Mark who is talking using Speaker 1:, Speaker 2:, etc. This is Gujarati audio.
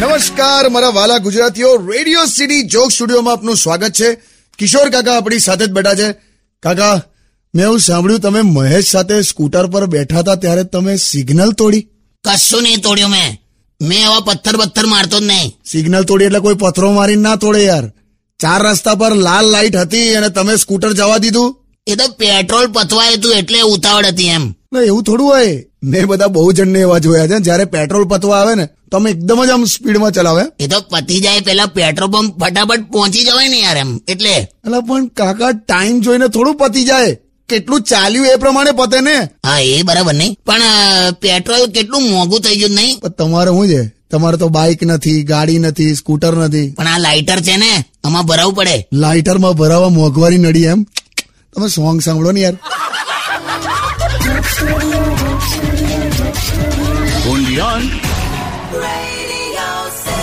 Speaker 1: નમસ્કાર મારા વાલા ગુજરાતીઓ રેડિયો સિટી જોક સ્ટુડિયોમાં આપનું સ્વાગત છે કિશોર કાકા આપણી સાથે જ બેઠા છે કાકા મેં એવું સાંભળ્યું તમે મહેશ સાથે સ્કૂટર પર બેઠા હતા ત્યારે તમે સિગ્નલ તોડી
Speaker 2: કશું નહીં તોડ્યું મેં મેં આવા પથ્થર પથ્થર મારતો જ નહીં
Speaker 1: સિગ્નલ તોડી એટલે કોઈ પથરો મારીને ના તોડે યાર ચાર રસ્તા પર લાલ લાઇટ હતી અને તમે સ્કૂટર જવા દીધું
Speaker 2: એ તો પેટ્રોલ પથવાય હતું એટલે ઉતાવળ હતી એમ
Speaker 1: ના એવું થોડું હોય મેં બધા બહુ જણને એવા જોયા છે જ્યારે પેટ્રોલ પતવા આવે ને તો અમે એકદમ જ આમ સ્પીડમાં ચલાવે
Speaker 2: એ તો પતી જાય પેલા પેટ્રોલ પંપ ફટાફટ પહોંચી જવાય ને યાર એમ એટલે
Speaker 1: એટલે પણ કાકા ટાઈમ જોઈને થોડું પતી જાય કેટલું ચાલ્યું એ પ્રમાણે પતે ને
Speaker 2: હા એ બરાબર નહીં પણ અ, પેટ્રોલ કેટલું મોંઘું થઈ ગયું નહીં
Speaker 1: પણ તમારે શું છે તમારે તો બાઇક નથી ગાડી નથી સ્કૂટર નથી
Speaker 2: પણ આ લાઇટર છે ને આમાં ભરાવું પડે
Speaker 1: લાઇટરમાં ભરાવા મોંઘવારી નડી એમ તમે સોંગ સાંભળો ને યાર
Speaker 3: only on
Speaker 4: Radio City.